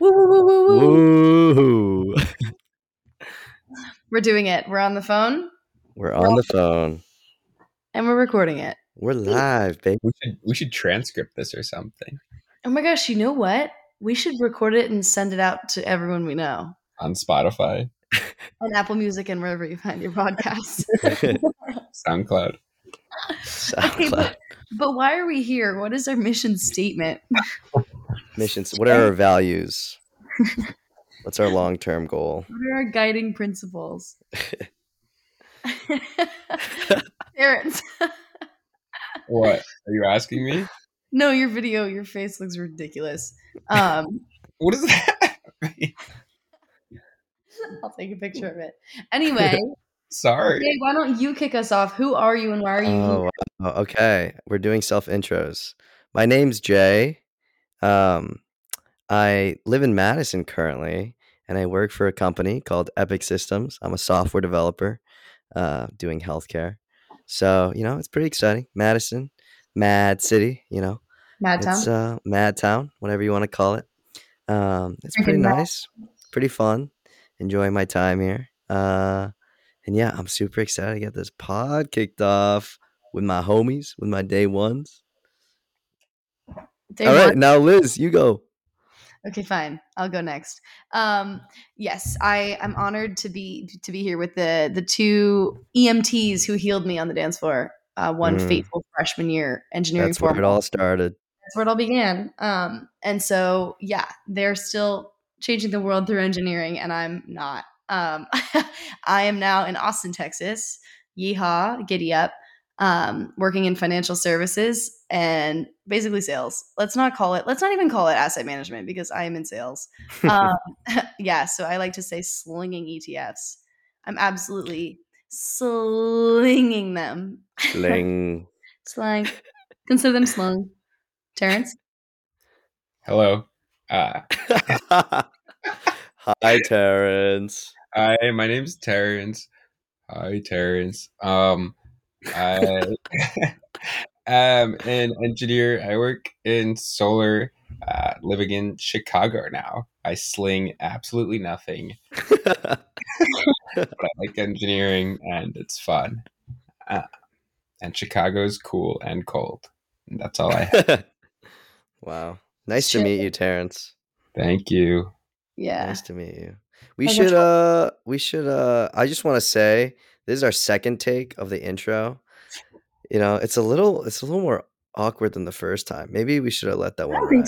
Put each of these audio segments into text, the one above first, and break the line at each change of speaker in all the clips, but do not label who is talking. Woo, woo, woo, woo, woo.
Woo!
We're doing it. We're on the phone
We're on the phone.
and we're recording it.
We're live, baby.
We should we should transcript this or something
Oh my gosh, you know what? We should record it and send it out to everyone we know
on Spotify,
on Apple Music and wherever you find your podcast.
SoundCloud.
Okay,
SoundCloud.
but, but why are we here? What is our mission statement?
Missions. What are our values? What's our long term goal?
What are our guiding principles? Terrence,
What are you asking me?
no, your video, your face looks ridiculous. Um,
What is that?
I'll take a picture of it. Anyway,
Sorry.
Jay, why don't you kick us off? Who are you and why are you?
Oh, wow. okay. We're doing self intros. My name's Jay. Um, I live in Madison currently, and I work for a company called Epic Systems. I'm a software developer uh, doing healthcare. So, you know, it's pretty exciting. Madison, mad city, you know.
Mad Town?
It's uh, Mad Town, whatever you want to call it. Um, it's
Freaking
pretty
mad.
nice, pretty fun. Enjoying my time here. Uh, and yeah, I'm super excited to get this pod kicked off with my homies, with my day ones.
Day
All
one?
right, now Liz, you go.
Okay, fine. I'll go next. Um, yes, I am honored to be to be here with the the two EMTs who healed me on the dance floor. Uh, one
Mm.
fateful freshman year engineering
That's where it
formal.
all started.
That's where it all began. Um, and so yeah, they're still changing the world through engineering, and I'm not. Um, I am now in Austin, Texas. Yeehaw, giddy up. Um, working in financial services and basically sales. Let's not call it. Let's not even call it asset management because I am in sales um, yeah, so I like to say slinging ETFs. I'm absolutely slinging them.
Sling.
Slang. Consider them slung. Terrence?
Hello. Uh,
Hi, Terrence.
hi, my name's Terrence. Hi, Terrence. Um, I am an engineer. I work in solar, uh, living in Chicago now. I sling absolutely nothing. but I like engineering and it's fun. Uh, and Chicago's cool and cold. And that's all I have.
wow. Nice to
Shit.
meet you, Terrence.
Thank you.
Yeah.
Nice to meet you. We
I got
should
you.
uh we should uh I just want to say this is our second take of the intro. You know, it's a little it's a little more awkward than the first time. Maybe we should have let that one ride.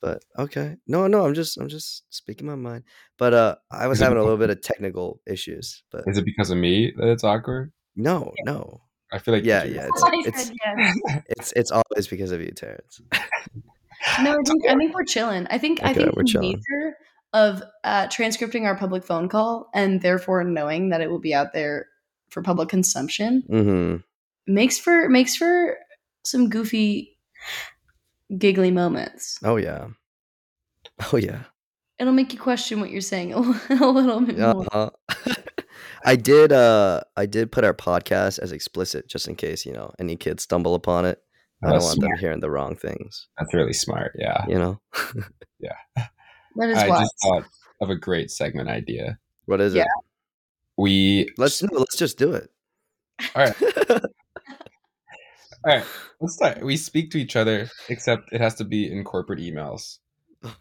But okay. No, no, I'm just I'm just speaking my mind. But uh I was
Is it
having a little bit of technical issues, but
Is it because of me that it's awkward?
no, no.
I feel like
Yeah, yeah. It's
I
it's
said yes.
it's, it's always because of you, Terrence.
No, I think, I think we're chilling. I think I
Okay,
think
we're
the
chilling.
nature of uh, transcripting our public phone call and therefore knowing that it will be out there for public consumption
Mhm.
makes for makes for some goofy, giggly moments.
Oh yeah. Oh yeah.
it'll make you question what you're saying a little, a little bit more.
Uh-huh. I did uh I did put our podcast as explicit just in case, you know, any kids stumble upon it. I don't
That's,
want
smart. Ah.
them hearing the wrong things,
That's really smart. Yeah.
you know.
That is
I
why.
just thought of a great segment idea.
What is
Yeah.
it?
We
Let's no, let's just do it.
All right. all right. Let's start. We speak to each other, except it has to be in corporate emails. The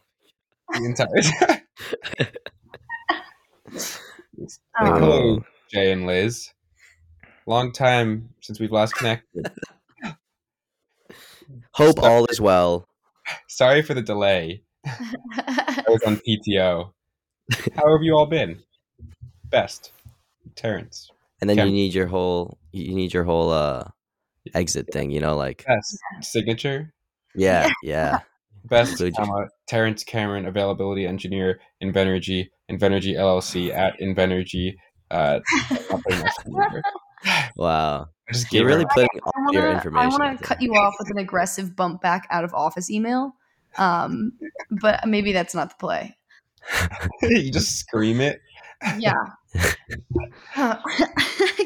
entire
uh,
Um,
Hello. Jay and Liz. Long time since we've last connected.
Hope all is well.
Sorry for the delay. I was on PTO. How have you all been? Best. Terrence.
And then you
Can-
need your whole you need your whole uh exit thing, you know, like
Best. Signature.
yeah, yeah.
Best
Good.
comma, Terrence Cameron, availability engineer, Invenergy, Invenergy LLC at Invenergy. Uh, nothing much to remember. I
Wow.
just gave
You're really
really
putting all
I
your
wanna- I
information.
want
out
to
there.
cut you off with an aggressive bump back out of office email, um, but maybe that's not the play.
you just scream it.
Yeah. I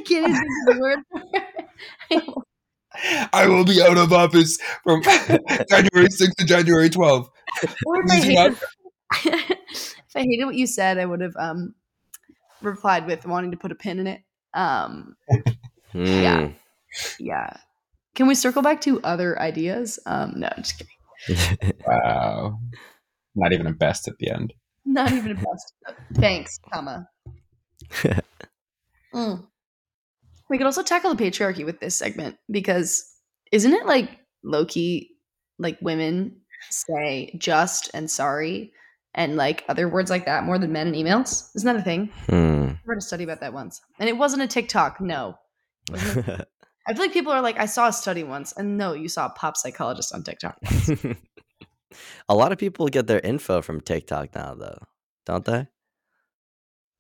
can't even think of the word.
I will be out of office from January 6th to January 12th.
Or if I
Please do
hate
not,
if I hated what you said, I would have um, replied with wanting to put a pin in it. Um, Yeah. yeah. Can we circle back to other ideas? Um, no, just kidding.
Hmm.
Wow. Not even a best at the end.
Not even a best. Thanks, comma. Mm. We could also tackle the patriarchy with this segment because isn't it like low key, like women say just and sorry and like other words like that more than men in emails? Isn't that a thing?
Hmm.
I read a study about that once, and it wasn't a TikTok. No, Mm-hmm. I feel like people are like, I saw a study once, and no, you saw a pop psychologist on TikTok.
a lot of people get their info from TikTok now, though, don't they?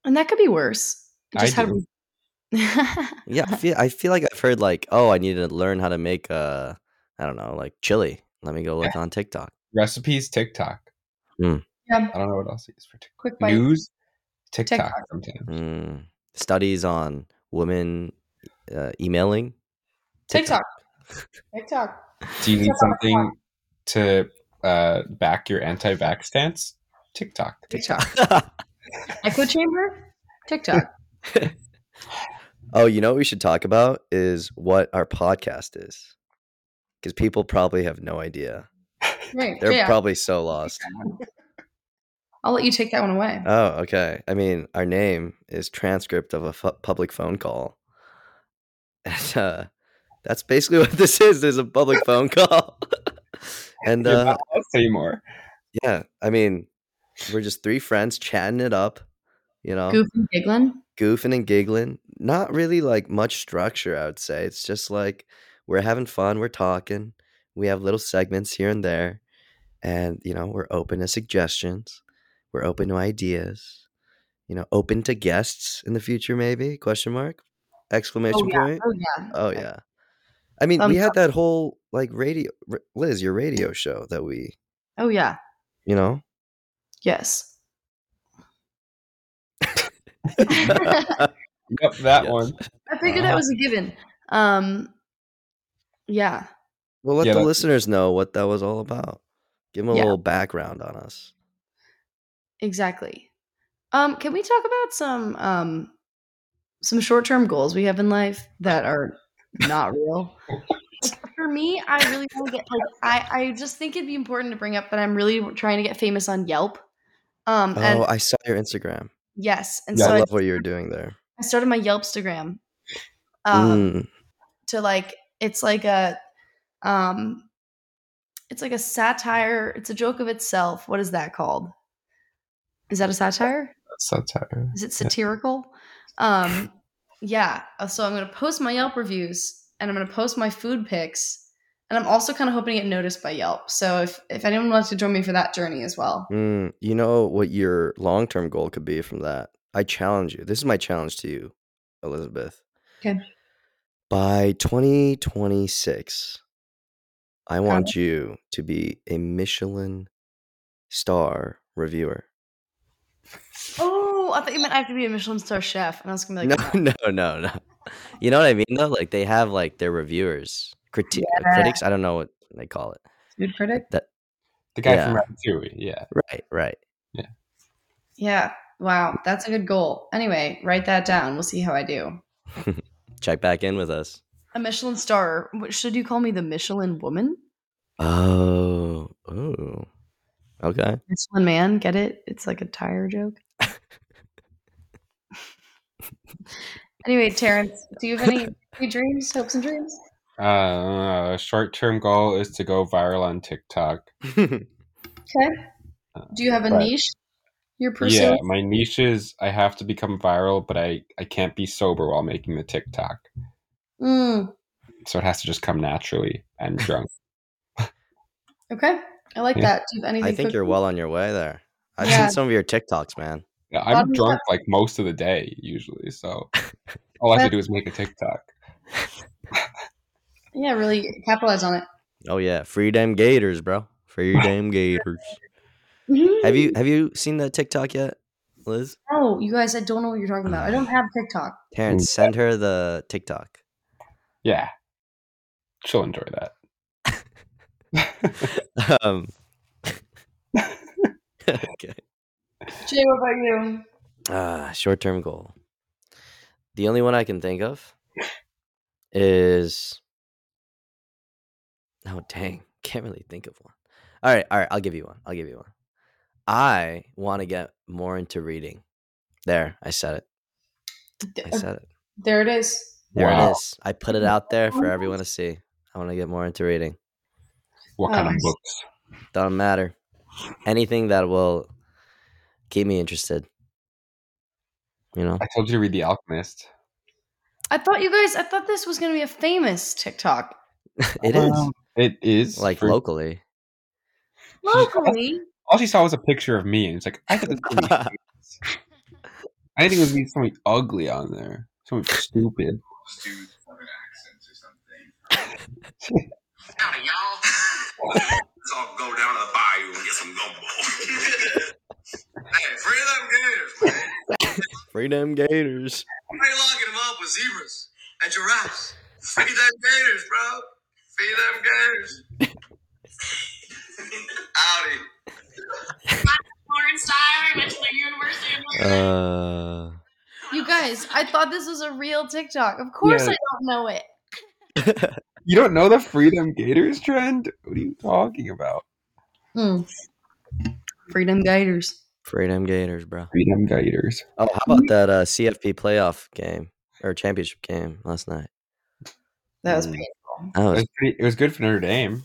And that could be worse.
I
Just how do we-
Yeah, I feel, I feel like I've heard like, oh, I need to learn how to make uh, I don't know, like chili. Let me go look on TikTok.
Recipes, TikTok.
yeah,
I don't know what else to use for TikTok.
quick bite.
News, TikTok,
TikTok.
sometimes.
Mm. Studies on women uh, emailing.
TikTok. TikTok.
Do you need
TikTok.
something to uh, back your anti-vax stance? TikTok.
TikTok.
TikTok.
Echo chamber? TikTok.
oh, you know what we should talk about is what our podcast is, because people probably have no idea.
Right.
They're
yeah.
probably so lost.
I'll let you take that one away.
Oh, okay. I mean, our name is transcript of a fu- public phone call. And, uh, that's basically what this is. There's a public phone call. and
You're
uh,
not us anymore.
yeah, I mean, we're just three friends chatting it up, you know,
Goofy giggling.
goofing and giggling. Not really like much structure, I would say. It's just like we're having fun, we're talking, we have little segments here and there. And, you know, we're open to suggestions, we're open to ideas, you know, open to guests in the future, maybe? Question mark? Exclamation
Oh yeah.
point?
oh yeah.
Oh, yeah. I mean, we
Thumbs
had that whole like radio, R- Liz, your radio show that we,
Oh yeah.
you know,
Yes.
Yep, that
Yes.
one.
I figured that was a given. Um yeah.
Well, let
Yeah,
the
that-
listeners know what that was all about. Give them a
Yeah.
little background on us.
Exactly. Um, can we talk about some um, some short term goals we have in life that are not real? Like, for me, I really want to get like I, I just think it'd be important to bring up that I'm really trying to get famous on Yelp. Um,
Oh,
and
I saw your Instagram.
yes, and
Yeah,
so
I
I,
love what you were doing there.
I started my Yelpstagram. Um,
Mm,
to like it's like a um it's like a satire it's a joke of itself what is that called is that a satire
Satire.
is it satirical um yeah uh, so i'm going to post my yelp reviews and i'm going to post my food pics and i'm also kind of hoping to get noticed by yelp so if if anyone would like to join me for that journey as well
mm. you know what your long term goal could be from that? I challenge you. This is my challenge to you, Elizabeth.
Okay.
By 2026, I want you to be a Michelin star reviewer.
oh i thought you meant i have to be a michelin star chef and i was going to be
no,
like
no, no, no. You know what I mean though? Like they have like their reviewers, criti-
Yeah.
critics. I don't know what they call it.
food critic
The guy
Yeah.
from Ratatouille. Yeah.
Right, right.
yeah wow that's a good goal anyway write that down we'll see how i do
Check back in with us.
A Michelin star. What- Should you call me the Michelin woman?
Oh, oh, okay.
Michelin man, get it? It's like a tire joke. anyway, Terrence, do you have any, any dreams, hopes, and dreams?
Uh, short-term goal is to go viral on TikTok.
Okay. Do you have a
Right.
niche you're
Yeah,
pursuing?
my niche is I have to become viral, but I I can't be sober while making the TikTok,
Mm,
so it has to just come naturally and drunk.
okay. I like
Yeah.
that. Do you have anything?
I think you're well on your way there. I've
Yeah.
seen some of your TikToks, man.
Yeah,
Bottoms
I'm drunk like most of the day usually, so all I have to do is make a TikTok.
Yeah, really capitalize on it.
Oh yeah, free damn Gators, bro. Free damn Gators. Have you have you seen that TikTok yet, Liz?
Mm-hmm. No, you guys, I don't know what you're talking about. I don't have TikTok.
Terrence, send her the TikTok.
Yeah, she'll enjoy that.
Um, okay.
Jay, what about you?
Ah, short term goal. The only one I can think of is. Oh, dang. Can't really think of one. All right. All right. I'll give you one. I'll give you one. I want to get more into reading. There. I said it. I
Th-
said it.
Uh, There it is.
There
Wow.
it is. I put it out there for everyone to see. I want to get more into reading.
What kind
Um,
of books?
Doesn't matter. Anything that will keep me interested. You know?
I told you to read The Alchemist.
I thought you guys. I thought this was gonna be a famous TikTok.
It is.
Um, It is
Like
for-
locally.
Locally,
All she saw was a picture of me, and it's like I thought this was gonna be famous. I didn't think it was gonna be something ugly on there, something stupid.
Howdy, y'all. Let's all go down to the bayou and get some gumbo. hey, free them gators, man.
Freedom Gators.
Free locking them up with zebras and giraffes. Free them gators, bro. Free them gators. Howdy.
Lawrence Dyer, I went to the University of Michigan.
Uh
you guys. I thought this was a real TikTok. Of course,
Yeah.
I don't know it.
You don't know the Freedom Gators trend? What are you talking about?
Hmm. Freedom Gators.
Freedom Gators, bro.
Freedom Gators.
Oh, how about that uh, CFP playoff game or championship game last night?
That was
Mm.
painful.
That
Hmm. It
was
was, pretty, it was good for Notre Dame.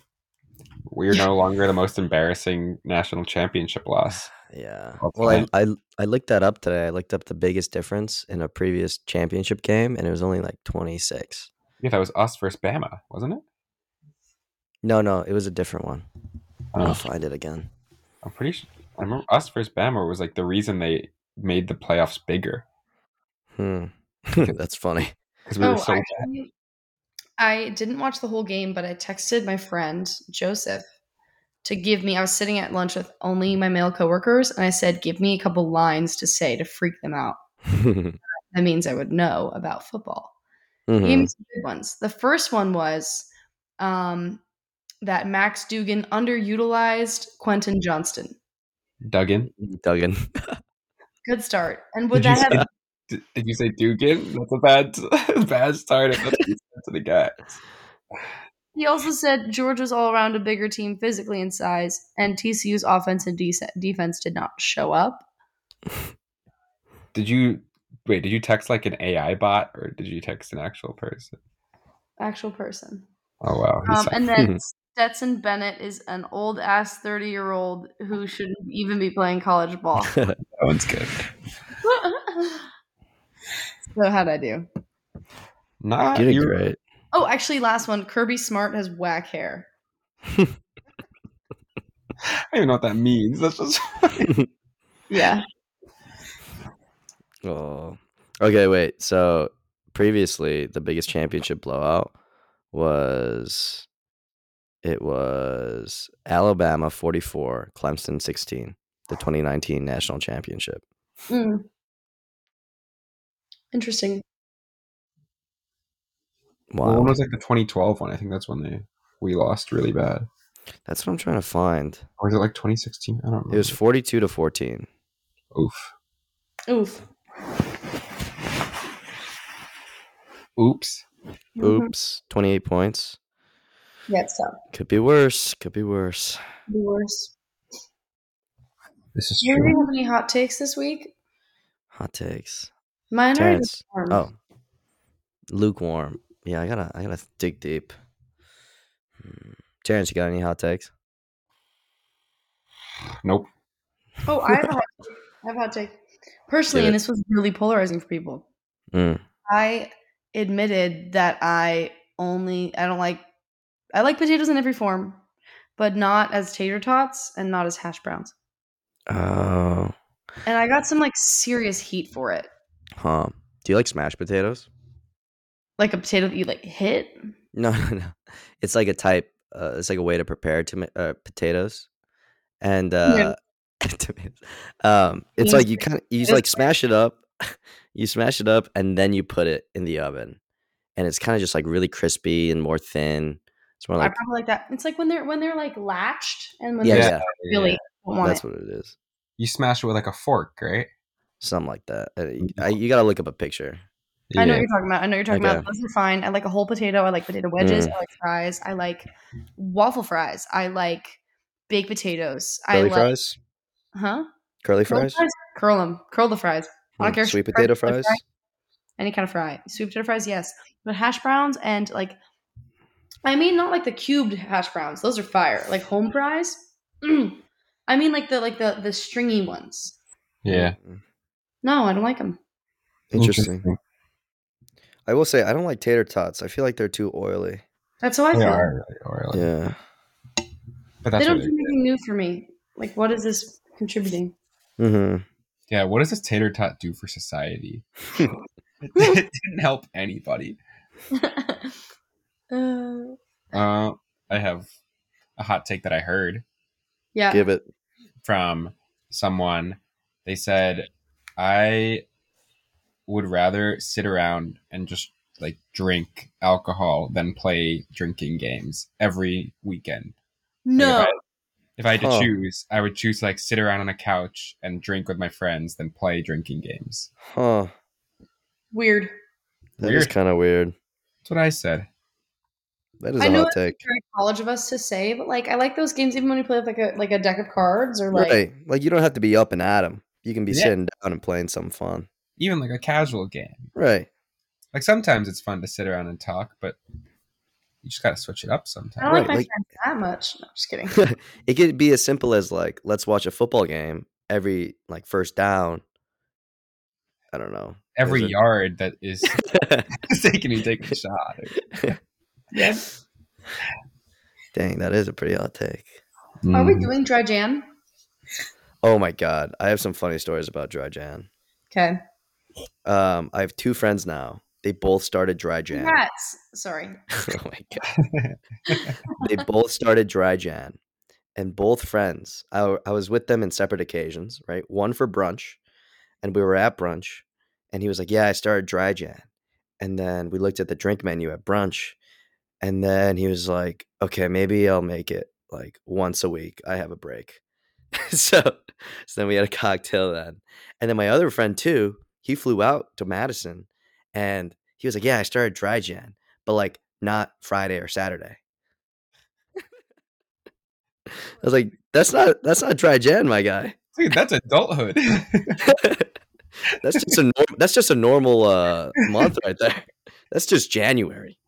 We're no longer the most embarrassing national championship loss.
yeah.
Well,
Well, I, I I looked that up today. I looked up the biggest difference in a previous championship game, and it was only like twenty six.
Yeah, that was us versus Bama, wasn't it?
No, no, it was a different one. I'll
Oh,
find it again.
I'm pretty sure. I remember us versus Bama was like the reason they made the playoffs bigger
Hmm. That's funny.
because we were
oh,
so
actually, I didn't watch the whole game, but I texted my friend Joseph to give me. I was sitting at lunch with only my male coworkers, and I said, "Give me a couple lines to say to freak them out."
Mhm.
That means I would know about football.
Hmm.
He
Hmm.
gave me some good ones. The first one was um, that Max Dugan underutilized Quentin Johnston.
Duggan.
Duggan.
Good start. And would
Did you
that have?
Did, did you say Dugan? That's a bad, bad start. That's what you said to the guy.
He also said Georgia's all around a bigger team physically in size, and TCU's offense and dec defense did not show up.
Did you wait? Did you text like an AI bot or did you text an actual person?
Actual person.
Oh wow, he
Um,
sucked.
and then Stetson Bennett is an old ass thirty year old who shouldn't even be playing college ball.
that one's good.
so how'd I do?
Not
You did
you-
great.
Oh, actually, last one. Kirby Smart has whack hair.
I don't even know what that means. That's just
Yeah.
Oh. Okay, wait. So previously, the biggest championship blowout was it was Alabama 44, Clemson 16, the 2019 national championship.
Mm. Interesting.
well, one
Wow.
was like the 2012 one. I think that's when they we lost really bad.
That's what I'm trying to find.
Or was it like 2016? I don't know.
It was 42 to 14.
oof,
Oof.
oops.
Mhm.
Oops, 28 points.
Yeah, it's tough.
Could be worse. Could be worse.
The worst.
This is
Do you
true.
have any hot takes this week?
Hot takes.
Mine are
Terrence.
warm.
Oh, lukewarm. Yeah, I gotta, I gotta dig deep. Hmm. Terrence, you got any hot takes?
Nope.
Oh, I have a hot take. I have a hot take. Personally,
Give
and
it.
this was really polarizing for people.
Mm.
I admitted that I only I don't like I like potatoes in every form, but not as tater tots and not as hash browns.
Oh,
And I got some like serious heat for it.
huh. Do you like smashed potatoes?
Like a potato that you like hit.
No, no, no. It's like a type. Uh, it's like a way to prepare to uh, potatoes, and uh, tomatoes. um, it's like you kind of you like smash it up, you smash it up, and then you put it in the oven, and it's kind of just like really crispy and more thin. It's more
I
like
probably like that. It's like when they're when they're like latched and when
yeah,
they're
yeah,
really don't want
that's
it.
what it is.
you smash it with like a fork, right?
something like that. Uh, I, you gotta look up a picture.
I know what
Yeah.
you're talking about. I know what you're talking
Okay.
about. Those are fine. I like a whole potato. I like potato
Mm.
wedges. I like fries. I like waffle fries. I like baked potatoes. I
Curly
like
fries,
huh? Curly
curly fries,
fries? Curl them. Curl the fries. I don't
Mm,
care if
sweet
it's fried,
potato
sweet
fries.
fry. Any kind of fry. Sweet potato fries, yes. But hash browns and like I mean not like the cubed hash browns. Those are fire. Like home fries. Mm. I mean like the like the the stringy ones.
Yeah.
Mm,
No, I don't like them.
Interesting. I will say I don't like tater tots. I feel like they're too oily.
That's how I
They
feel.
are really oily.
Yeah.
They
But that's
don't
what
do
it is.
anything new for me. Like what is this contributing?
hmm
Yeah, what does this tater tot do for society? it didn't help anybody.
Uh,
Uh, I have a hot take that I heard
yeah.
Give it.
from someone. They said, I would rather sit around and just like drink alcohol than play drinking games every weekend.
no.
Like, If I, if I had to
Huh.
choose, I would choose to, like sit around on a couch and drink with my friends than play drinking games.
Huh.
Weird.
That is
Weird.
kind of weird.
That's what I said.
That is
I
a
know
hot take.
Very college of us to say, but like I like those games even when you play with like a like a deck of cards or like
right. Like you don't have to be up and at 'em. You can be
Yeah.
sitting down and playing something fun.
Even like a casual game.
Right.
Like sometimes it's fun to sit around and talk, but you just gotta switch it up
I
sometimes.
don't like
Right,
Hmm. my
like-
friends that much. No, I'm just kidding.
It could be as simple as like, let's watch a football game every like first down. I don't know.
Every
There's a-
yard that is taking you take a shot. yes.
Dang, that is a pretty hot take.
Are we doing dry jam?
Oh my god, I have some funny stories about dry Jan.
Okay.
Um, I have two friends now. They both started dry Jan.
Congrats. Sorry.
oh my god. they both started dry Jan, and both friends. I, I was with them in separate occasions, right? One for brunch, and we were at brunch, and he was like, "Yeah, I started dry Jan," and then we looked at the drink menu at brunch, and then he was like, "Okay, maybe I'll make it like once a week. I have a break." so, so then we had a cocktail then, and then my other friend too. He flew out to Madison, and he was like, "Yeah, I started dry Jan." but like not Friday or Saturday. I was like, that's not that's not dry Jan, my guy.
Dude, that's adulthood.
that's just a norm, that's just a normal uh, month right there. That's just January.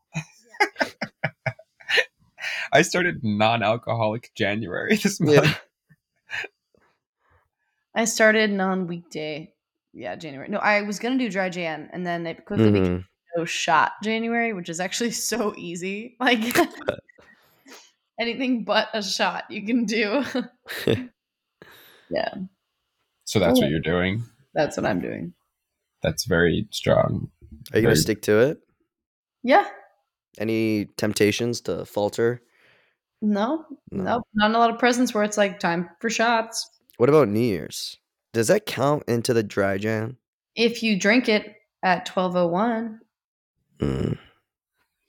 I started non-alcoholic January this month.
Yeah.
I started non weekday. Yeah, January. No, I was gonna do dry Jan and then it quickly became
Mhm.
no shot January, which is actually so easy. Like anything but a shot you can do.
So that's
Oh.
what you're doing.
That's what I'm doing.
That's very strong.
Are you gonna
Very-
stick to it?
Yeah.
Any temptations to falter?
No,
No.
no, not in a lot of prisons where it's like time for shots.
What about New Year's? Does that count into the dry Jan?
If you drink it at twelve oh one,
Mm.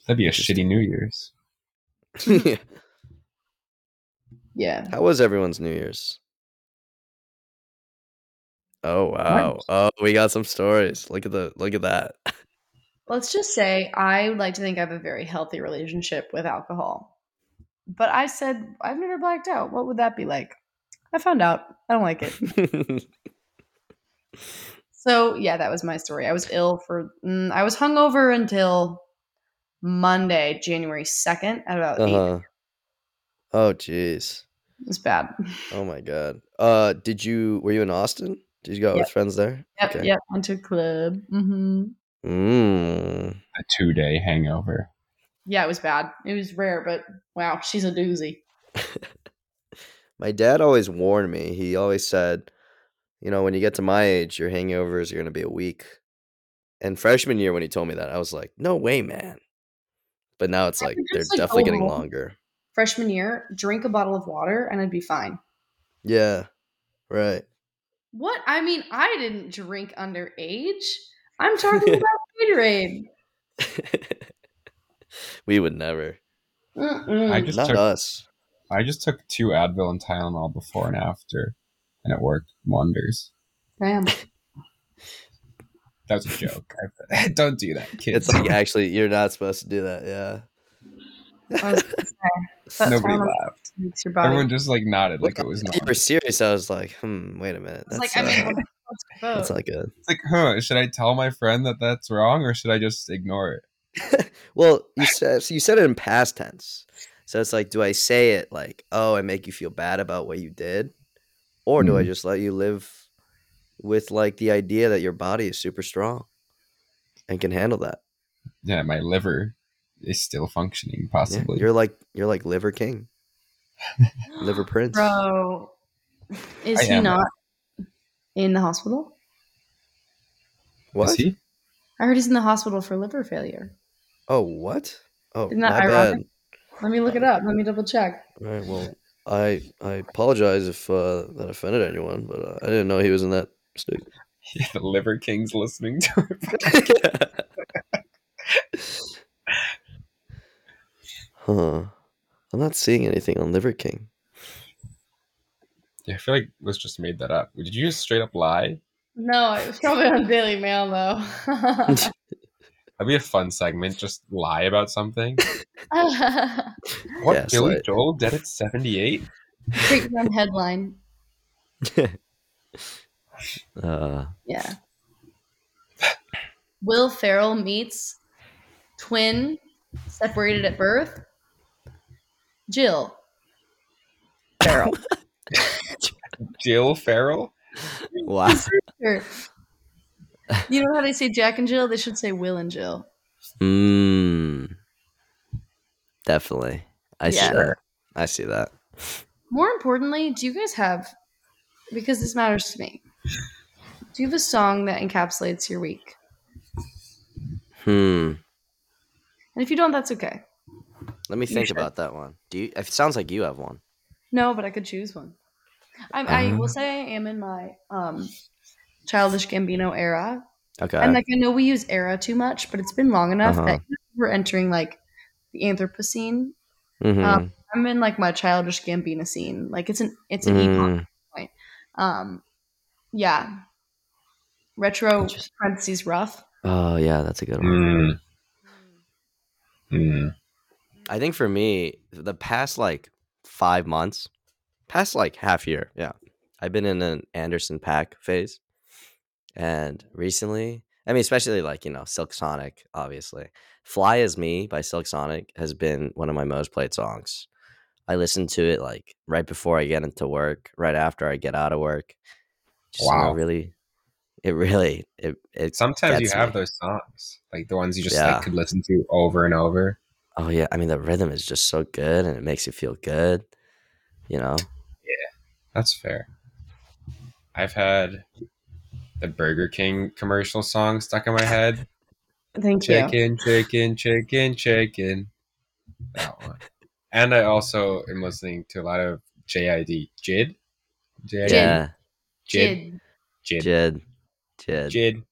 That'd be a shitty New Year's.
yeah,
How was everyone's New Year's? Oh wow!
Nice.
Oh, we got some stories. Look at the look at that.
let's just say I would like to think I have a very healthy relationship with alcohol. But I said I've never blacked out. What would that be like? I found out. I don't like it. So yeah, that was my story. I was ill for. Mm, I was hungover until Monday, January second, at about eight.
uh-huh. Oh jeez.
It was bad.
Oh my god. Uh, did you were you in Austin? Did you go out
Yep.
with friends there?
Yep, yep. Went to a club. hmm
Mm.
A two-day hangover.
Yeah, it was bad. It was rare, but wow, she's a doozy.
My dad always warned me. He always said, you know, when you get to my age, your hangovers are gonna be a week. And freshman year, when he told me that, I was like, no way, man. But now it's
I
like
would
they're
just, like, go
definitely getting
home.
longer.
Freshman year, drink a bottle of water and I'd be fine.
Yeah. Right.
What? I mean, I didn't drink underage. I'm talking about Gatorade.
we would never.
Mm-mm.
I just
Not
took
us.
I just took two Advil and Tylenol before and after, and it worked wonders.
Damn.
That was a joke. I- Don't do that, kids.
It's like actually, you're not supposed to do that. Yeah.
I was- That's
Nobody
how it
laughed.
makes your body.
Everyone just like nodded like it was not.
you were serious. I was like, hmm, wait a minute.
It's
That's,
like, I
uh,
mean, what- what's the vote?
that's not good.
It's like, huh? Should I tell my friend that that's wrong, or should I just ignore it?
Well, you said so you said it in past tense, so it's like, do I say it like, oh, and make you feel bad about what you did, or do I
Mhm.
just let you live with like the idea that your body is super strong and can handle that?
Yeah, my liver is still functioning,
Yeah,
possibly.
you're like you're like liver king, liver prince.
Bro, is
I
he
am.
not in the hospital?
What?
Is he?
I heard he's in the hospital for liver failure.
Oh, what? Oh,
Isn't that
my
ironic?
bad.
Let me look it up. Let me double check.
All right. Well, I I apologize if uh, that offended anyone, but uh, I didn't know he was in that state.
Yeah, the liver king's listening to it.
huh. I'm not seeing anything on Liver King.
Yeah, I feel like let's just made that up. Did you just straight up lie?
No, it was probably on Daily Mail though.
That'd be a fun segment. Just lie about something. What
Yeah,
Billy
slight.
Joel did at seventy-eight?
Take one headline.
Uh,
Yeah. Will Ferrell meets twin separated at birth. Jill. Ferrell.
Jill Farrell.
wow.
Sure. You know how they say Jack and Jill? They should say Will and Jill.
Mm, definitely. I
Yeah.
see that. I see that.
More importantly, do you guys have, because this matters to me, do you have a song that encapsulates your week?
Hmm.
And if you don't, that's okay.
Let me
You
think
should.
about that one. Do you? It sounds like you have one.
No, but I could choose one. I, I will
Ah.
say I am in my um, childish Gambino era,
Okay.
and like I know we use era too much, but it's been long enough
Uh-huh.
that we're entering like the Anthropocene.
mm-hmm.
um, I'm in like my childish Gambino scene. Like it's an it's an epoch.
Mm-hmm. Mm.
Um, yeah, retro
Interesting.
parentheses rough.
Oh yeah, that's a good one.
Hmm. Hmm.
I think for me, the past like five months, past like half year, yeah, I've been in an Anderson Pack phase, and recently, I mean, especially like you know, Silk Sonic, obviously, "Fly As Me" by Silk Sonic has been one of my most played songs. I listen to it like right before I get into work, right after I get out of work. Just wow,
Wow.
really, it really it it
Sometimes you
gets
have
me.
those songs, like the ones you just
Yeah.
like could listen to over and over.
Oh yeah, I mean the rhythm is just so good, and it makes you feel good. You know,
That's fair. I've had the Burger King commercial song stuck in my head.
Thank you.
Chicken, chicken, chicken, chicken. That one. And I also am listening to a lot of JID. Jid? JID?
yeah.
Jid.
Jid.
Jid.
Jed. Jed.
Jid.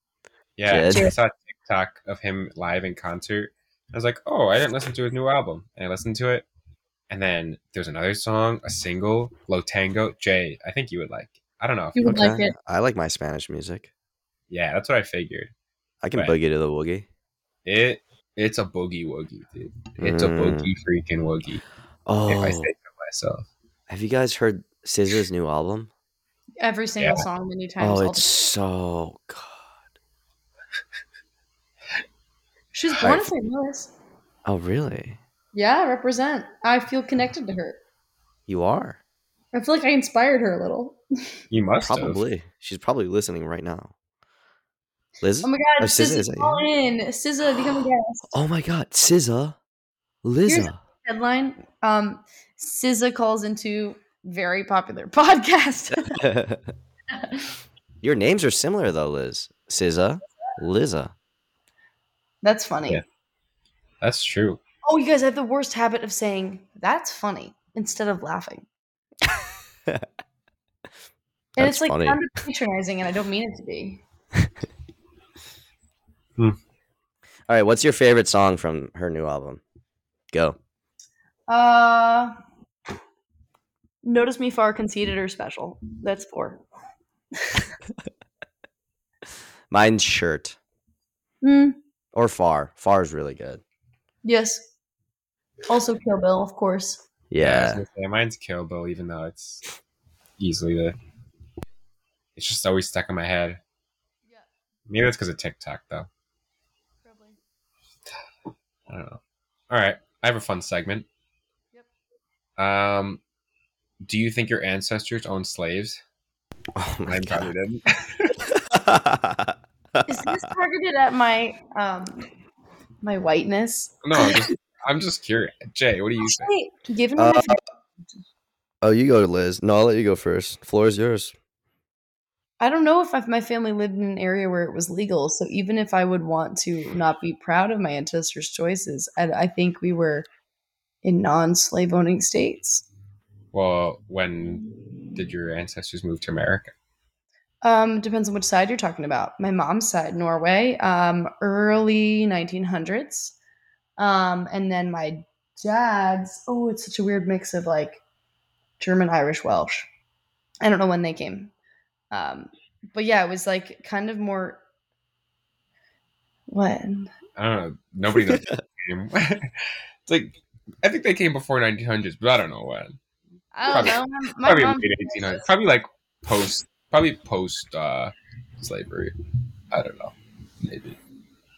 Yeah,
Jid.
I saw a TikTok of him live in concert. I was like, oh, I didn't listen to his new album. And I listened to it. And then there's another song, a single, Low Tango. Jay, I think you would like. I don't know. If
You
you,
would like
Okay.
it.
I like my Spanish music.
yeah, that's what I figured.
I can
Right.
boogie to the woogie.
It it's a boogie woogie, dude. It's a
Mm.
boogie freaking woogie. If I say
Oh,
so myself.
have you guys heard SZA's new album?
Every single
Yeah.
song many times.
Oh,
all
it's so good.
the- She's
All
born
right.
in St. Louis.
Oh, really?
Yeah, represent. I feel connected to her.
You are
I feel like I inspired her a little.
You must have.
probably. She's probably listening right now. Liz.
Oh my god,
Oh, SZA,
SZA,
is that
call in. SZA, become a guest.
Oh my God, SZA, Lizza.
Headline: um, SZA calls into very popular podcast.
Your names are similar though, Liz. SZA, Lizza.
That's funny.
Yeah. That's true.
Oh, you guys I have the worst habit of saying "that's funny" instead of laughing, and
That's
it's like
funny.
kind of patronizing, and I don't mean it to be.
All right, what's your favorite song from her new album? Go.
Uh, Notice me far conceited or special. That's four.
Mine's shirt
Hmm.
or far. Far is really good.
yes. Also, Kill Bill, of course.
I was
Yeah.
gonna say, mine's Kill Bill, even though it's easily the. It's just always stuck in my head.
Yeah,
Maybe that's because of TikTok, though.
probably.
I don't know. All right, I have a fun segment.
Yep.
Um, do you think your ancestors owned slaves?
Oh my
Mine probably
god.
didn't.
Is this targeted at my um my whiteness?
no, I'm just, I'm just curious. Jay, what do you think?
Actually, given
Uh,
what I've-
oh, you go, Liz. No, I'll let you go first. Floor is yours.
I don't know if I've, my family lived in an area where it was legal, so even if I would want to not be proud of my ancestors' choices, I, I think we were in non-slave owning states.
Well, when did your ancestors move to America?
Um, depends on which side you're talking about. My mom's side, Norway, um, early 1900s, um, and then my dad's. Oh, it's such a weird mix of like German, Irish, Welsh. I don't know when they came, um, but yeah, it was like kind of more. What?
I don't know. Nobody knows. when they came. it's like I think they came before 1900s, but I don't know when.
I don't
Probably-
know. My- My
probably
mom,
late 1800s. Probably like post. Probably post uh, slavery. I don't know. Maybe.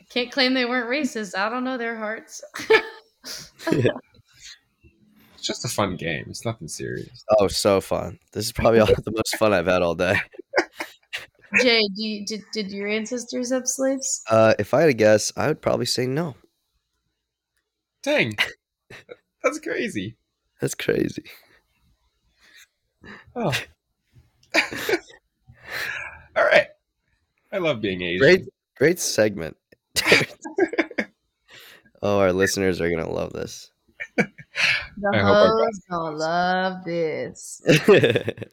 can't claim they weren't racist. I don't know their hearts.
It's just a fun game. It's nothing serious.
Oh, so fun. This is probably all, the most fun I've had all day.
Jay, do you, did did your ancestors have slaves?
Uh, if I had to guess, I would probably say no.
Dang, that's crazy.
That's crazy.
Oh. All right. I love being Asian.
Great, great segment. oh, our listeners are gonna love this.
The
I hope I got
hoes gonna love this.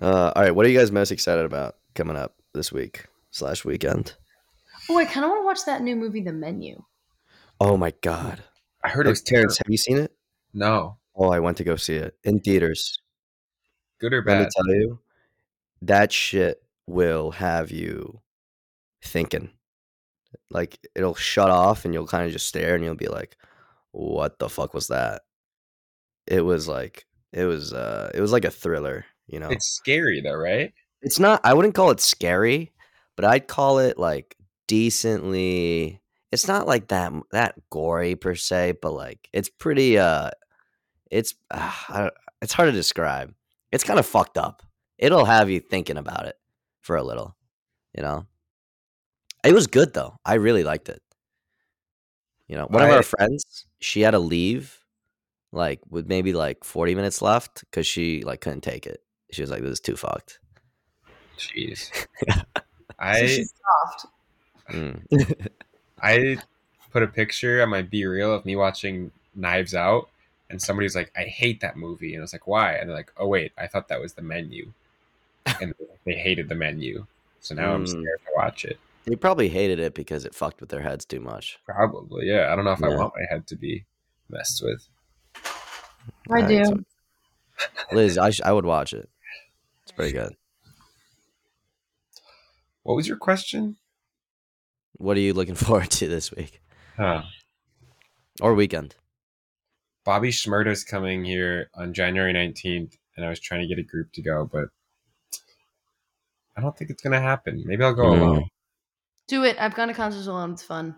uh, all right, what are you guys most excited about coming up this week slash weekend?
Oh, I kind of want to watch that new movie, The Menu.
Oh my god,
I heard it
Hey,
was terrible.
Terrence, have you seen it?
No,
Oh, I went to go see it in theaters.
good or
Let me
bad?
tell you, that shit will have you thinking. Like it'll shut off and you'll kind of just stare and you'll be like, "What the fuck was that?" It was like it was uh it was like a thriller, you know.
It's scary though, right?
it's not i wouldn't call it scary but i'd call it like decently it's not like that m- that gory per se but like it's pretty uh it's uh, I don't- it's hard to describe it's kind of fucked up it'll have you thinking about it for a little you know it was good though i really liked it you know one of
I-
our friends she had to leave like with maybe like 40 minutes left because she like couldn't take it she was like this is too fucked
Jeez.
So
I
she's soft.
Mm.
I put a picture on my B reel of me watching Knives Out, and somebody's like, "I hate that movie," and I was like, "Why?" And they're like, "Oh wait, I thought that was the menu," and they hated the menu, so now I'm
Mm.
scared to watch it.
They probably hated it because it fucked with their heads too much.
Probably, yeah. I don't know if I
Yeah.
want my head to be messed with.
I
Uh,
do.
it's- Liz, I, sh- I would watch it. It's pretty good.
What was your question?
What are you looking forward to this week
Huh.
or weekend?
Bobby Schmurda's coming here on January 19th, and I was trying to get a group to go, but I don't think it's going to happen. Maybe I'll go
Mm.
alone.
Do it. I've gone to concerts alone. It's fun.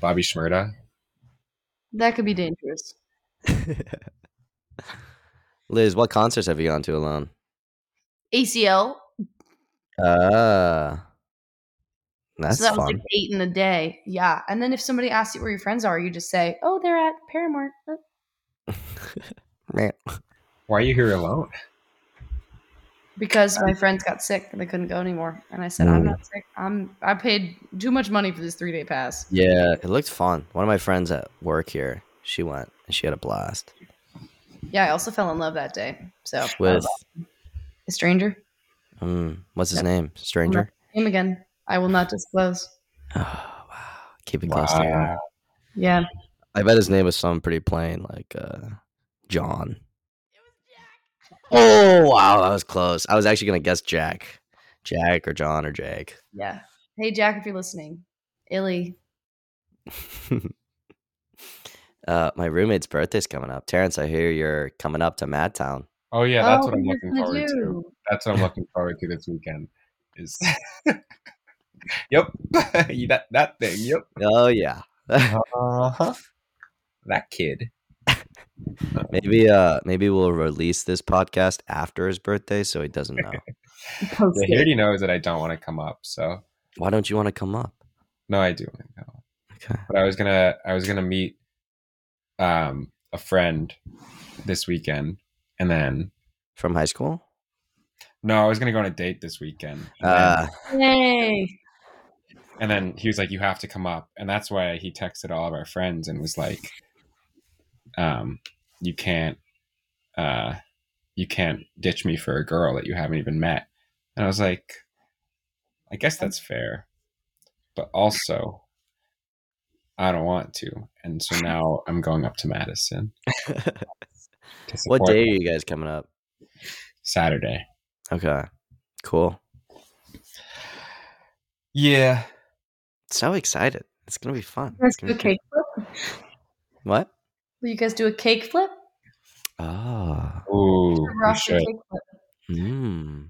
Bobby Schmurda.
That could be dangerous.
Liz, what concerts have you gone to alone?
ACL.
Uh, that's
so that was
fun.
like eight in a day. Yeah. And then if somebody asks you where your friends are, you just say, oh, they're at Paramore.
Man.
Why are you here alone?
because my friends got sick and they couldn't go anymore. And I said,
Mm.
I'm not sick. I'm I paid too much money for this three day pass.
Yeah, it looked fun. One of my friends at work here, she went and she had a blast
Oh, Yeah, I also fell in love that day. So
with,
a stranger.
um, what's his name? Stranger?
Name again. I will not disclose.
Oh, wow. Keep it close to your heart.
Yeah.
I bet his name was something pretty plain, like uh, John. Oh wow, that was close. I was actually gonna guess Jack, Jack or John or Jake.
Yeah. Hey, Jack, if you're listening, Illy.
uh, my roommate's birthday's coming up. Terrence, I hear you're coming up to Madtown.
Oh yeah, that's
Oh,
what I'm
yes,
looking
I
forward to.
do.
That's what I'm looking forward to this weekend. Is yep, that that thing. Yep.
Oh yeah.
Uh huh. That kid.
maybe uh maybe we'll release this podcast after his birthday so he doesn't know.
Post
Yeah, he
it.
already knows that I don't want to come up. So
Why don't you want to come up?
no, I do want to come up.
Okay.
But I was gonna I was gonna meet um a friend this weekend, and then
From high school?
no, I was gonna go on a date this weekend. And,
Uh
Yay.
then, and then he was like, "You have to come up," and that's why he texted all of our friends and was like, "Um, you can't, uh, you can't ditch me for a girl that you haven't even met." And I was like, "I guess that's fair, but also." I don't want to, and so now I'm going up to Madison. to
Uh, what
support
day are you guys coming up?
Saturday.
Okay. Cool.
Yeah.
So excited. It's gonna be fun.
Let's
It's
do
gonna
a
be
cake flip.
good. What?
Will you guys do a cake flip?
Oh.
Ooh.
We're
We
off to a
should.
cake flip.
Mm.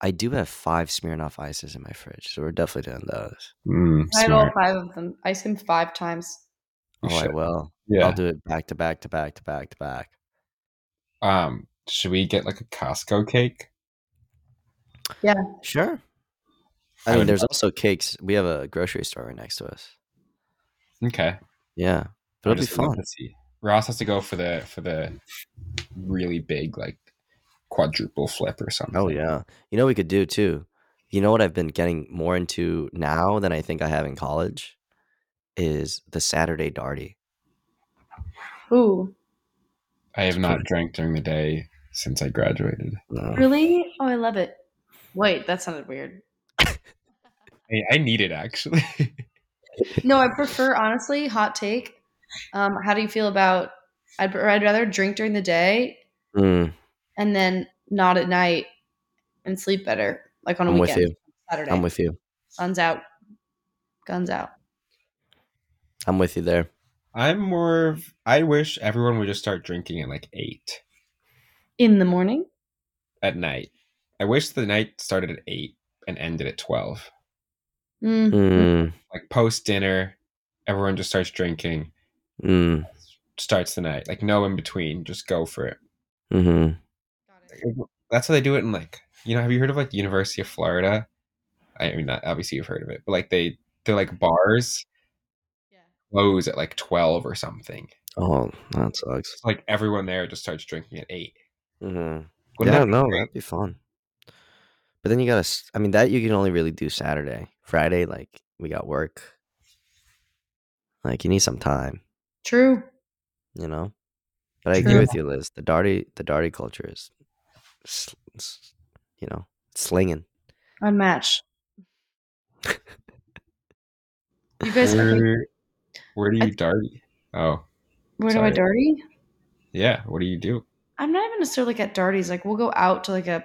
I do have five Smirnoff ices in my fridge, so we're definitely doing those.
Mm,
I had all
smart.
five of them. Ice cream five times.
We
oh, I
should.
will. I'll
Yeah.
do it back to back to back to back to back.
Um. Should we get like a Costco cake?
Sure. I
I
mean,
would
there's also cakes. We have a grocery store right next to us.
Okay.
Yeah, but
I
it'll be
just love
fun.
to see. Ross has to go for the for the really big like quadruple flip or something.
Oh yeah. You know what we could do too. You know what I've been getting more into now than I think I have in college is the Saturday darty.
Ooh,
I have
It's
not
pretty-
drank during the day since I graduated.
No.
really? Oh, I love it. Wait, that sounded weird.
I, I need it actually.
No, I prefer honestly hot take. Um, how do you feel about? I'd, I'd rather drink during the day
Mm,
and then not at night and sleep better, like on a
I'm with
weekend,
you.
Saturday.
I'm with you.
Sun's out, guns out.
I'm with you there.
I'm more. Of, I wish everyone would just start drinking at like eight
In the morning,
at night. I wish the night started at eight and ended at twelve.
mm.
Mm,
like post dinner, everyone just starts drinking,
mm,
starts the night. Like no in between, just go for it.
hmm
That's how they do it in like you know. Have you heard of like University of Florida? I mean, not, obviously you've heard of it, but like they they're like bars close at like twelve or something.
Oh, that sucks.
It's like everyone there just starts drinking at eight.
Mm-hmm.
Wouldn't
Yeah,
that be
no,
great?
that'd be fun. But then you gotta. s- I mean, that you can only really do Saturday, Friday. Like we got work. Like you need some time,
True.
you know. But I agree
True.
with you, Liz. The Darty, the Darty culture is, s- s- you know, slinging.
Unmatched. You guys, okay,
Where, where do
I
you darty? Oh
where do I
sorry.
darty?
yeah, what do you do?
I'm not even necessarily like at darties. Like we'll go out to like a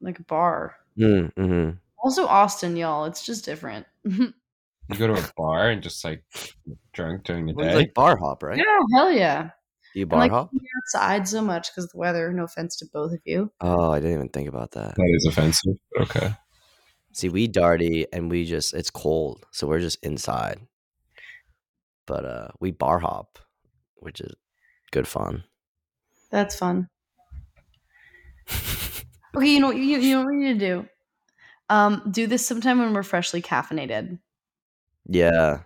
like a bar.
Mm-hmm.
Also Austin, y'all. It's just different.
You go to a bar and just like drunk during the day.
Like bar hop, right?
Yeah, hell yeah.
Do you
I
bar
like
hop?
being outside so much because the weather. No offense to both of you.
Oh, I didn't even think about that.
That is offensive. but Okay.
See, we Darty and we just it's cold, so we're just inside. But uh, we bar hop, which is good fun.
That's fun. Okay, you know what you, you know what we need to do. Um, do this sometime when we're freshly caffeinated.
Yeah.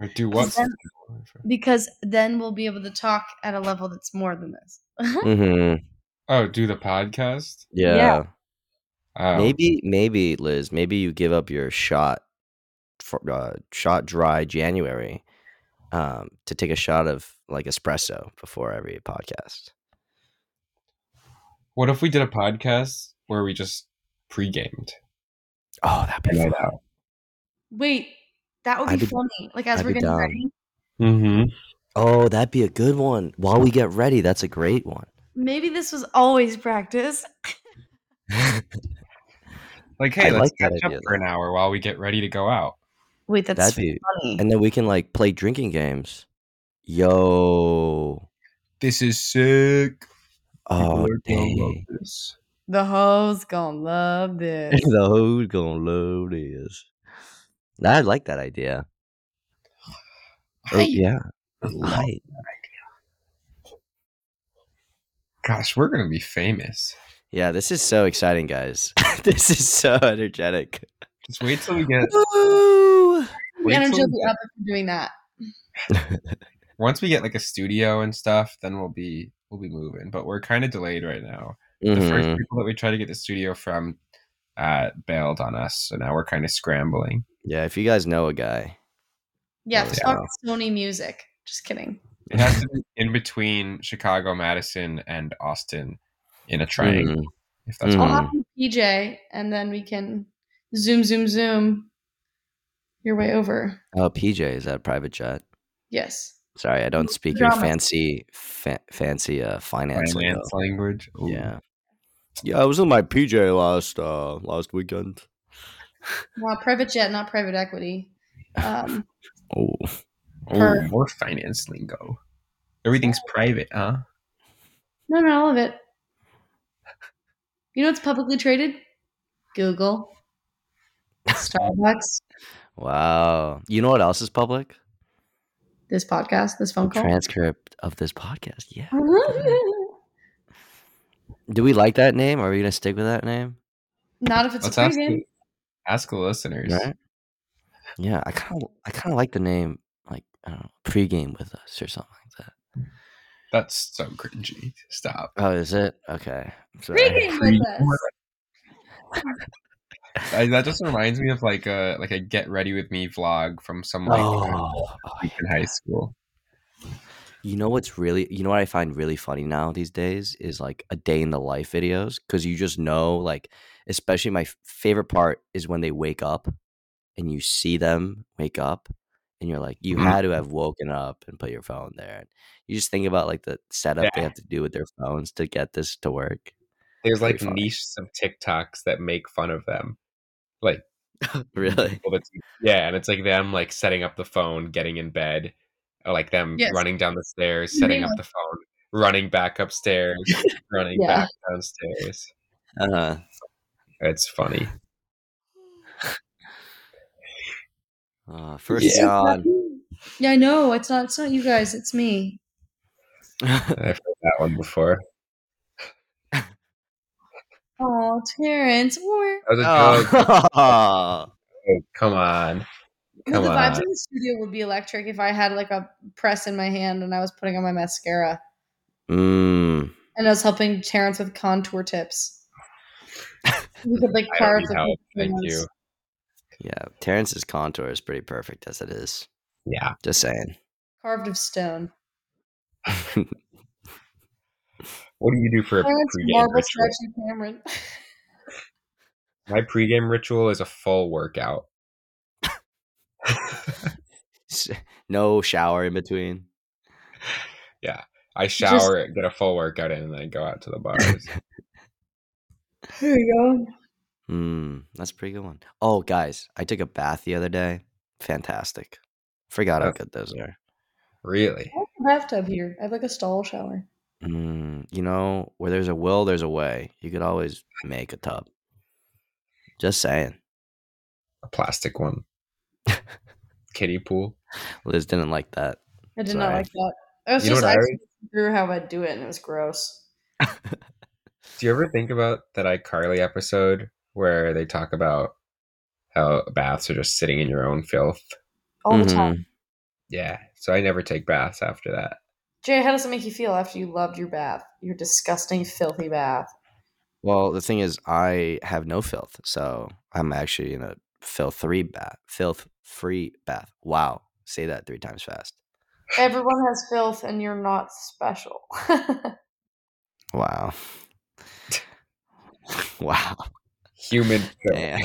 Or do
Because
what?
then- Because then we'll be able to talk at a level that's more than this.
hmm
Oh, do the podcast?
Yeah.
Oh,
Maybe, maybe Liz, maybe you give up your shot, for, uh, shot dry January, um, to take a shot of like espresso before every podcast.
What if we did a podcast where we just pre-gamed?
Oh, that'd be fun.
Wait, that would be,
I'd be-
funny. Like as
I'd
we're
be
getting
down.
ready,
Mm-hmm.
Oh, that'd be a good one. While we get ready, that's a great one.
Maybe this was always practice.
Like, hey,
I
let's
like that
catch up
idea,
for an hour while we get ready to go out.
Wait, that's
That'd be-
funny.
and then we can like play drinking games. Yo.
This is sick.
Oh,
People are gonna love
dang.
this.
the hoes gonna love this.
the who's gonna love this. I like that idea. Or- Oh,
Hey, oh
yeah.
I love-
Hi.
Gosh, we're gonna be famous.
Yeah, this is so exciting, guys. this is so energetic.
Just wait till we get
Woo!
The
wait
energy
till
will
we
be
get-
up if you're doing that.
once we get like a studio and stuff, then we'll be we'll be moving. But we're kind of delayed right now. The
Mhm.
first people that we tried to get the studio from uh, bailed on us, so now we're kind of scrambling.
Yeah, if you guys know a guy.
Yeah,
Oh, Yeah.
fuck Sony Music. Just kidding.
It has to be in between Chicago, Madison, and Austin in a triangle.
Mm.
If that's
Mm.
I'll
what
hop in PJ, and then we can zoom, zoom, zoom your way over.
Oh, PJ is that private jet?
Yes.
Sorry, I don't speak your
Drama.
fancy fa- fancy uh finance. lingo.
finance language. Ooh.
Yeah. Yeah, I was in my PJ last uh last weekend.
Well, private jet, not private equity. Um,
Oh.
Ooh,
Her-
more finance lingo. Everything's private, huh?
no, no, all of it. You know what's publicly traded? Google, Starbucks,
Wow. You know what else is public?
this podcast, this phone
The
call.
transcript of this podcast. Yeah. Do we like that name? Are we gonna stick with that name?
not if it's
Let's
a free
ask
game.
the, ask the listeners.
Right? Yeah, I kinda I kinda like the name like I don't know, pregame with us or something like that.
That's so cringy. Stop.
Oh, is it? Okay. I'm sorry.
Pregame
Free-
with us.
I, that just reminds me of like a like a get ready with me vlog from some like
Oh,
in high school.
You know what's really, you know what I find really funny now these days is like a day in the life videos because you just know, like, especially my f- favorite part is when they wake up and you see them wake up and you're like, you
Mhm.
had to have woken up and put your phone there. And you just think about like the setup they
Yeah.
have to do with their phones to get this to work.
There's like
Pretty funny.
niches of TikToks that make fun of them. Like
Really?
people that's- yeah, and it's like them like setting up the phone, getting in bed, or like them
Yes.
running down the stairs,
They
setting up
like-
the phone, running back upstairs, running
Yeah.
back downstairs.
Uh,
It's funny.
uh, first
Yeah.
yawn.
Yeah, I know. It's not. It's not you guys. It's me.
I've heard that one before.
Oh, Terrence. Or
That was a joke.
Oh.
Come on.
No, the
Come
vibes
on.
in the studio would be electric if I had like a press in my hand and I was putting on my mascara
Mm.
and I was helping Terrence with contour tips. We could like
I don't
carve
need
the
help. Thank
contours.
you.
Yeah, Terrence's contour is pretty perfect as it is.
Yeah.
Just saying.
carved of stone.
What do you do for a
Terrence
pregame
marble
ritual?
statue Cameron.
My pregame ritual is a full workout.
S- no shower in between.
I shower, get a full workout in, and then I go out to the bars.
There you
Mm, that's a pretty good one. Oh, guys, I took a bath the other day. Fantastic. Forgot how
Oh.
good those are.
really?
go. I have a bathtub here. I have like a stall shower.
Mm, you know, where there's a will, there's a way. You could always make a tub. Just saying.
A plastic one. Kiddie pool.
Liz didn't like that.
I did
Sorry.
not like that. I was
You know
just
what I
I
always-
through how I'd do it and it was gross.
Do you ever think about that iCarly episode where they talk about how baths are just sitting in your own filth?
All the
Mm-hmm.
time.
Yeah. So I never take baths after that.
Jay, how does it make you feel after you loved your bath? Your disgusting, filthy bath.
Well, the thing is, I have no filth, so I'm actually in a filth free bath. Filth free bath. Wow, say that three times fast.
Everyone has filth, and you're not special.
Wow. wow.
Human filth.
Damn.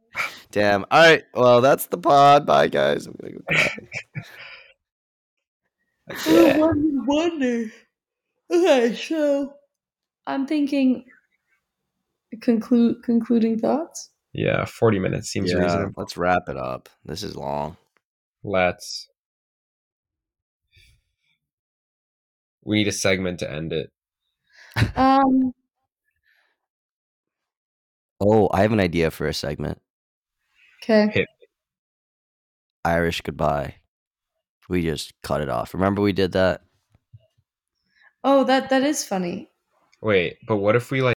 Damn. All right. Well, that's the pod. Bye, guys. I'm gonna go cry.
Like, yeah.
one would wonder. Okay, so I'm thinking conclude concluding thoughts.
Yeah, 40 minutes seems
Yeah,
reasonable.
Let's wrap it up. This is long.
Let's. We need a segment to end it.
Um
Oh, I have an idea for a segment.
okay.
Irish goodbye. We just cut it off. Remember we did that?
Oh, that that is funny.
Wait, but what if we like